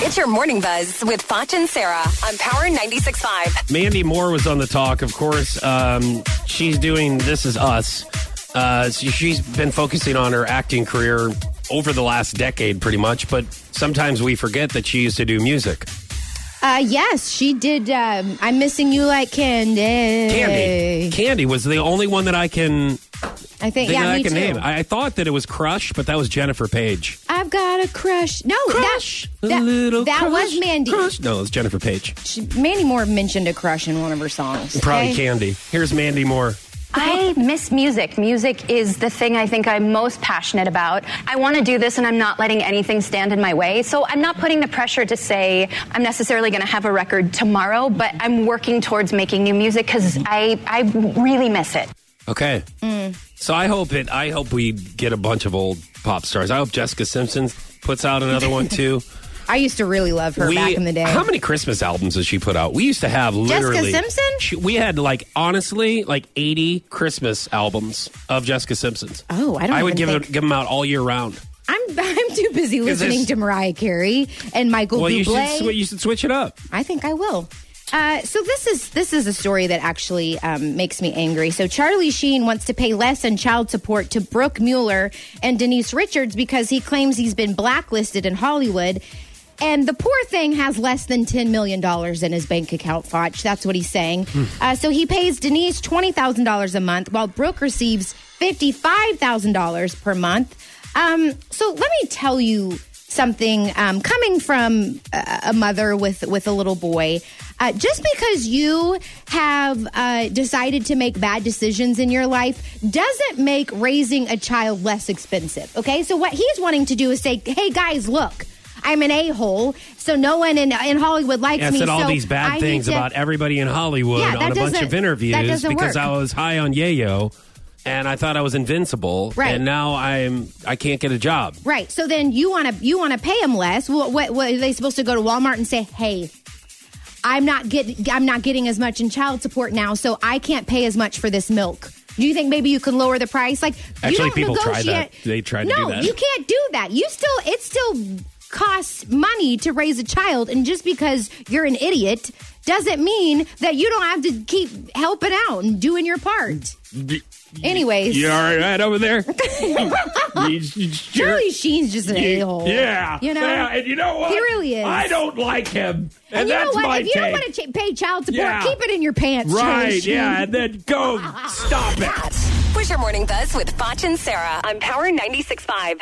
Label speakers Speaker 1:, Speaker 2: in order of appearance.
Speaker 1: It's your morning buzz with Foch and Sarah on Power 96.5.
Speaker 2: Mandy Moore was on the talk, of course. Um, she's doing This Is Us. Uh, so she's been focusing on her acting career over the last decade, pretty much, but sometimes we forget that she used to do music.
Speaker 3: Uh, yes, she did. Um, I'm missing you like candy.
Speaker 2: Candy. Candy was the only one that I can,
Speaker 3: I think.
Speaker 2: think
Speaker 3: yeah,
Speaker 2: that I
Speaker 3: me
Speaker 2: can
Speaker 3: too.
Speaker 2: name. I, I thought that it was Crush, but that was Jennifer Page.
Speaker 3: I've got a crush. No,
Speaker 2: Crush.
Speaker 3: that
Speaker 2: a
Speaker 3: that,
Speaker 2: little
Speaker 3: that
Speaker 2: crush,
Speaker 3: was Mandy.
Speaker 2: Crush. No, it was Jennifer Page.
Speaker 3: She, Mandy Moore mentioned a crush in one of her songs.
Speaker 2: Probably
Speaker 3: okay?
Speaker 2: Candy. Here's Mandy Moore.
Speaker 4: I miss music. Music is the thing I think I'm most passionate about. I want to do this and I'm not letting anything stand in my way. So I'm not putting the pressure to say I'm necessarily going to have a record tomorrow, but I'm working towards making new music because I, I really miss it.
Speaker 2: Okay.
Speaker 3: Mm.
Speaker 2: So I hope it. I hope we get a bunch of old pop stars. I hope Jessica Simpson puts out another one too.
Speaker 3: I used to really love her
Speaker 2: we,
Speaker 3: back in the day.
Speaker 2: How many Christmas albums has she put out? We used to have literally
Speaker 3: Simpson?
Speaker 2: She, we had like honestly like eighty Christmas albums of Jessica Simpson's.
Speaker 3: Oh, I don't
Speaker 2: I would
Speaker 3: even
Speaker 2: give
Speaker 3: think-
Speaker 2: it, give them out all year round.
Speaker 3: I'm I'm too busy
Speaker 2: Is
Speaker 3: listening
Speaker 2: this-
Speaker 3: to Mariah Carey and Michael
Speaker 2: Well, you should
Speaker 3: Bublé.
Speaker 2: swi- you should switch it up.
Speaker 3: I think I will. Uh, so this is this is a story that actually um, makes me angry. So Charlie Sheen wants to pay less in child support to Brooke Mueller and Denise Richards because he claims he's been blacklisted in Hollywood. And the poor thing has less than $10 million in his bank account, Foch. That's what he's saying. Uh, so he pays Denise $20,000 a month while Brooke receives $55,000 per month. Um, so let me tell you something um, coming from uh, a, a mother with with a little boy. Uh, just because you have uh, decided to make bad decisions in your life doesn't make raising a child less expensive. Okay, so what he's wanting to do is say, "Hey guys, look." I'm an a-hole, so no one in, in Hollywood likes
Speaker 2: Yeah, I
Speaker 3: me.
Speaker 2: said all
Speaker 3: so
Speaker 2: these
Speaker 3: I
Speaker 2: bad
Speaker 3: need
Speaker 2: things
Speaker 3: to-
Speaker 2: about everybody in Hollywood
Speaker 3: Yeah, that
Speaker 2: on a bunch
Speaker 3: doesn't-
Speaker 2: of interviews
Speaker 3: that doesn't
Speaker 2: because
Speaker 3: work.
Speaker 2: I was high on yayo and I thought I was invincible.
Speaker 3: Right.
Speaker 2: And now I'm I can't get a job.
Speaker 3: Right. So then you want to you want to pay them less. What, what what are they supposed to go to Walmart and say, "Hey, I'm not getting I'm not getting as much in child support now, so I can't pay as much for this milk." Do you think maybe you can lower the price? Like you
Speaker 2: Actually,
Speaker 3: don't
Speaker 2: people tried
Speaker 3: negotiate.
Speaker 2: that. They tried to
Speaker 3: no,
Speaker 2: do that.
Speaker 3: you can't do that. You still it still costs money to raise a child, and just because you're an idiot doesn't mean that you don't have to keep helping out and doing your part. Anyways,
Speaker 2: You all right, right over there? You- you jerk.
Speaker 3: Charlie Sheen's just an a hole.
Speaker 2: Yeah.
Speaker 3: you know,
Speaker 2: Yeah, and you know what?
Speaker 3: He really is.
Speaker 2: I don't like him. And,
Speaker 3: And you know
Speaker 2: that's
Speaker 3: what?
Speaker 2: my
Speaker 3: if you don't
Speaker 2: take.
Speaker 3: want to ch- pay child support,
Speaker 2: Yeah.
Speaker 3: keep it in your pants.
Speaker 2: Right,
Speaker 3: Charlie Sheen.
Speaker 2: yeah, and then go stop it.
Speaker 1: Was your morning buzz with Foch and Sarah on Power 96.5.